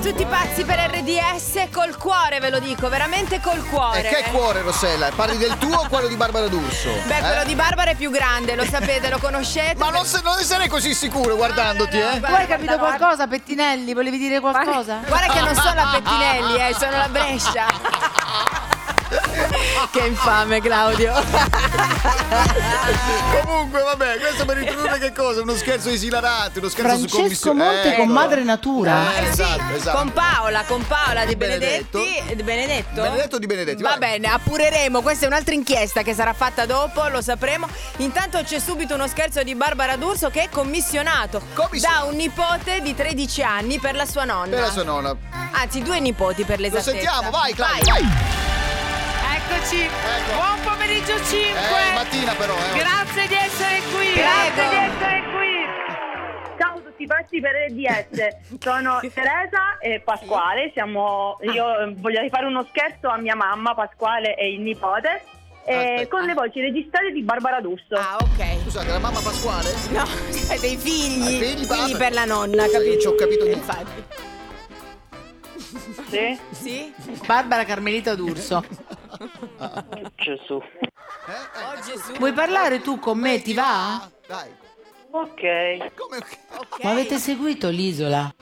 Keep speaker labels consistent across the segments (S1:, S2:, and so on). S1: tutti pazzi per RDS col cuore, ve lo dico, veramente col
S2: E
S1: cuore. eh.
S2: che cuore, Rossella? Parli del tuo o quello di Barbara D'Urso?
S1: Beh,
S2: Eh?
S1: quello di Barbara è più grande, lo sapete, lo conoscete.
S2: Ma non, se- non ne sarei così sicuro guardandoti,
S1: No, no,
S2: eh?
S1: no,
S3: Tu hai
S1: guarda-
S3: capito qualcosa, Pettinelli? Volevi dire qualcosa?
S1: Guarda che non sono la Pettinelli, eh, sono la Brescia. che infame, Claudio.
S2: Comunque, vabbè, questo per introdurre che cosa? Uno scherzo esilarante, uno scherzo su
S3: Francesco
S2: commissione.
S3: Monte
S2: Eh,
S3: con
S2: ecco.
S3: Madre Natura.
S2: Eh, esatto, esatto.
S1: Ah, Con Paola, con Paola di
S2: Di Benedetto.
S1: Benedetti. Di Benedetto?
S2: Benedetto o Di Benedetti?
S1: Va
S2: Vai.
S1: bene, appureremo. Questa è un'altra inchiesta che sarà fatta dopo, lo sapremo. Intanto c'è subito uno scherzo di Barbara D'Urso che è commissionato
S2: Commissionato.
S1: da un nipote di 13 anni per la sua nonna.
S2: Per la sua nonna.
S1: Anzi, due nipoti per
S2: Lo
S1: l'esattezza.
S2: sentiamo, vai Claudio, vai.
S4: Eccoci,
S2: Ecco.
S4: buon pomeriggio 5.
S2: Eh, mattina però, eh.
S4: Grazie di essere qui.
S1: Prego.
S4: Grazie di essere qui.
S5: Ciao a tutti pazzi per RDS, sono Teresa e Pasquale, siamo, io eh, voglio fare uno scherzo a mia mamma Pasquale e il nipote eh,
S2: Aspetta.
S5: con le voci registrate di Barbara D'Urso.
S1: Ah, ok.
S2: Scusate, la mamma Pasquale?
S1: No, cioè dei figli.
S2: Ah, figli, vabbè.
S1: per la nonna,
S2: Sì,
S1: capito?
S2: io ci ho capito niente.
S1: Infatti.
S5: Sì?
S1: Sì?
S2: Eh.
S3: Barbara Carmelita D'Urso.
S6: Gesù.
S2: Eh? Eh,
S1: Oh Gesù.
S3: Vuoi parlare tu con me? Ti va?
S2: Ah, Dai.
S6: Ok,
S2: Come?
S1: Ok.
S3: Ma avete seguito l'isola?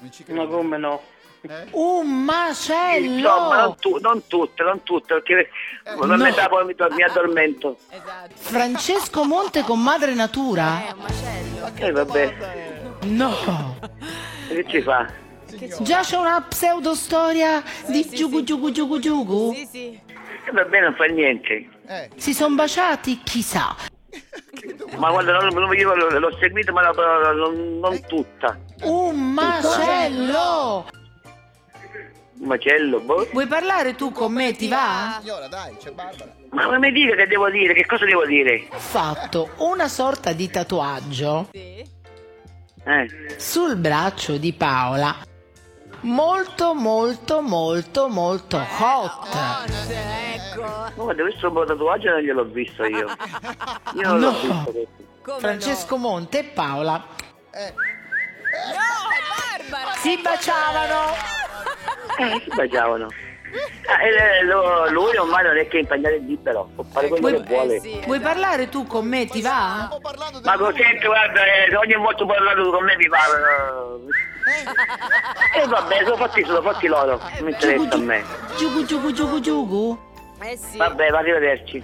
S2: Non ci credo.
S6: ma come no?
S2: Eh?
S3: Un
S6: Insomma, non,
S3: macello!
S6: tu- non tutte, non tutte, perché
S1: Eh,
S6: la
S3: no.
S6: metà poi mi, dor-
S1: Ah,
S6: mi addormento.
S1: Esatto.
S3: Francesco Monte con Madre Natura?
S1: È un macello.
S6: E Eh, vabbè,
S3: No!
S6: che ci fa?
S3: Già c'è una pseudostoria di
S1: sì,
S3: giugu
S1: sì.
S3: giugu giugu giugu?
S1: Sì, sì.
S6: E vabbè, Eh, non fa niente.
S2: Eh.
S3: Si sono baciati? Chissà.
S6: Ma guarda, non, non- io l'ho, l'ho seguita, ma la- la- non,
S1: Eh.
S6: non tutta.
S3: Un macello!
S6: Un macello, boh.
S3: Vuoi parlare tu con me? Ti va?
S2: Signora, dai, c'è Barbara.
S6: Ma come mi dica che devo dire? Che cosa devo dire?
S3: Ho fatto una sorta di tatuaggio
S1: Sì.
S6: Eh,
S3: sul braccio di Paola. Molto, molto, molto, molto
S1: Oh,
S3: hot.
S1: Forte,
S3: Cioè,
S1: ecco.
S6: ma guarda, questo tatuaggio non gliel'ho visto io. Io non l'ho
S3: No.
S6: visto questo.
S1: Come
S3: Francesco Monte e Paola
S2: Eh.
S1: No, no Barbara.
S3: si baciavano.
S6: Eh, si baciavano. Ah, e lo- lui ormai non è che è impagnato il libero, può fare quello che
S3: Vuoi-
S6: vuole.
S1: Eh, sì,
S3: Vuoi
S1: esatto.
S3: parlare tu con me? Ti va?
S2: Stiamo parlando del
S6: Ma lo sento, guarda, eh, ogni volta parlato con me mi fa... E vabbè, sono fatti, sono fatti loro, non mi interessa a me.
S3: Giugu giugu giugu giugu.
S1: Eh sì.
S6: Vabbè, va, arrivederci.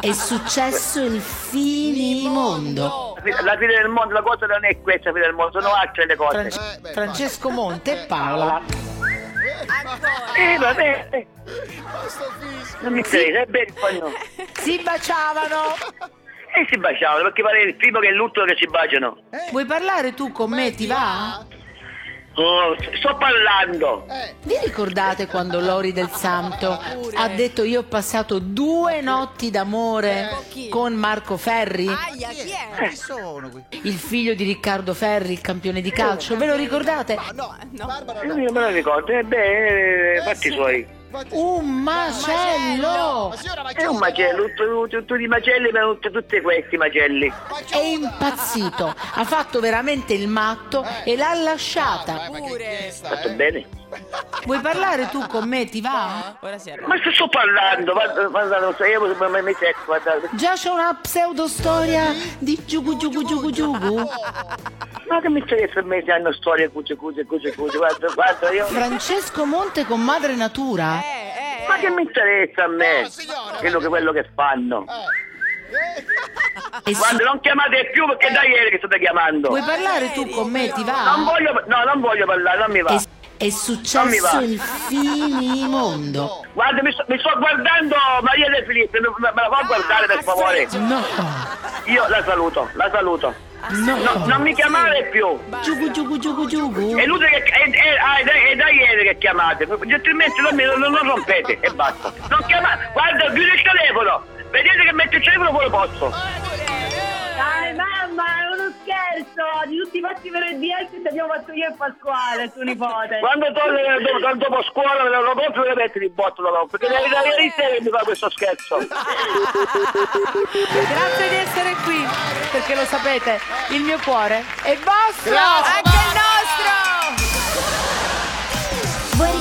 S3: È successo il finimondo.
S6: La fine- La fine del mondo, la cosa non è questa, la fine del mondo, sono altre le
S3: Fran-
S6: cose.
S2: Eh, beh,
S3: Francesco Monte e Paola.
S1: Ancora.
S6: Eh, vabbè, eh,
S2: Questo fischio.
S6: non mi interessa, è bene, poi no.
S3: Si baciavano.
S6: E si baciavano, perché pare il primo che è l'ultimo che si baciano.
S3: Vuoi parlare tu con me? Ti va?
S6: Oh, sto parlando.
S2: Eh.
S3: Vi ricordate quando Lori del Santo ha detto io ho passato due notti d'amore con Marco Ferri,
S1: Aia, chi è?
S2: Chi Eh. sono qui?
S3: il figlio di Riccardo Ferri, il campione di calcio? Ve lo ricordate?
S2: Ah, no,
S1: Eh,
S2: Barbara
S6: Io
S2: no.
S6: non me lo ricordo, eh, beh, eh, fatti suoi.
S2: Infatti-
S3: Un macello!
S2: Ma signora, ma
S6: È un
S2: chiuda,
S6: macello, tutti, tutti i macelli, ma tutti, tutti questi macelli.
S2: ma
S3: È
S2: chiuda.
S3: impazzito, ha fatto veramente il matto e l'ha lasciata.
S2: Eh, ma che
S1: Pure.
S2: chiesta,
S6: Sto
S2: eh?
S6: bene.
S3: Vuoi parlare tu con me? Ti va?
S1: Ora si arriva.
S6: Ma se sto parlando, guarda, guarda, non so, io mi mi secco, guarda.
S3: Già c'è una pseudostoria di giugu giugu giugu giugu.
S6: Ma che mi interessa a me se hanno storie, cuce, cuce, cuce, cuce, guarda, guarda, io...
S3: Francesco Monte con Madre Natura?
S1: Eh, eh.
S6: Ma che mi interessa a me?
S2: No, signora,
S6: Quello che, quello che fanno.
S2: Eh.
S3: E su-
S6: Guarda, non chiamate più perché da ieri che state chiamando.
S3: Vuoi parlare tu con me? Ti
S6: Non
S3: va?
S6: voglio, no, non voglio parlare, non mi va.
S3: È, è
S6: Non mi
S3: successo
S6: va.
S3: il finimondo.
S6: Guarda, mi sto, mi sto guardando Maria De Filippi, me, me la fa guardare per favore.
S3: No,
S6: Io la saluto, la saluto. No, non
S3: no.
S6: mi chiamare più.
S3: Giugu giugu giugu giugu.
S6: È lui che è, è- ah, è da, è da ieri che chiamate, gentilmente non, mi- non, non rompete e basta. Non chiamate, guarda, chiudo il telefono, vedete che metto il telefono fuori posto.
S5: Dai mamma, è uno scherzo di tutti i pazzi per RDS che abbiamo fatto io e Pasquale, tuo nipote.
S6: Quando torno eh, do- do- dopo scuola me lo compro e lo metto di botto lo compro, perché è da ieri sera che mi fa questo scherzo.
S3: Grazie di essere qui, perché lo sapete, il mio cuore è vostro.
S2: Grazie.
S1: Anche il nostro!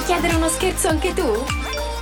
S1: chiedere uno scherzo anche tu?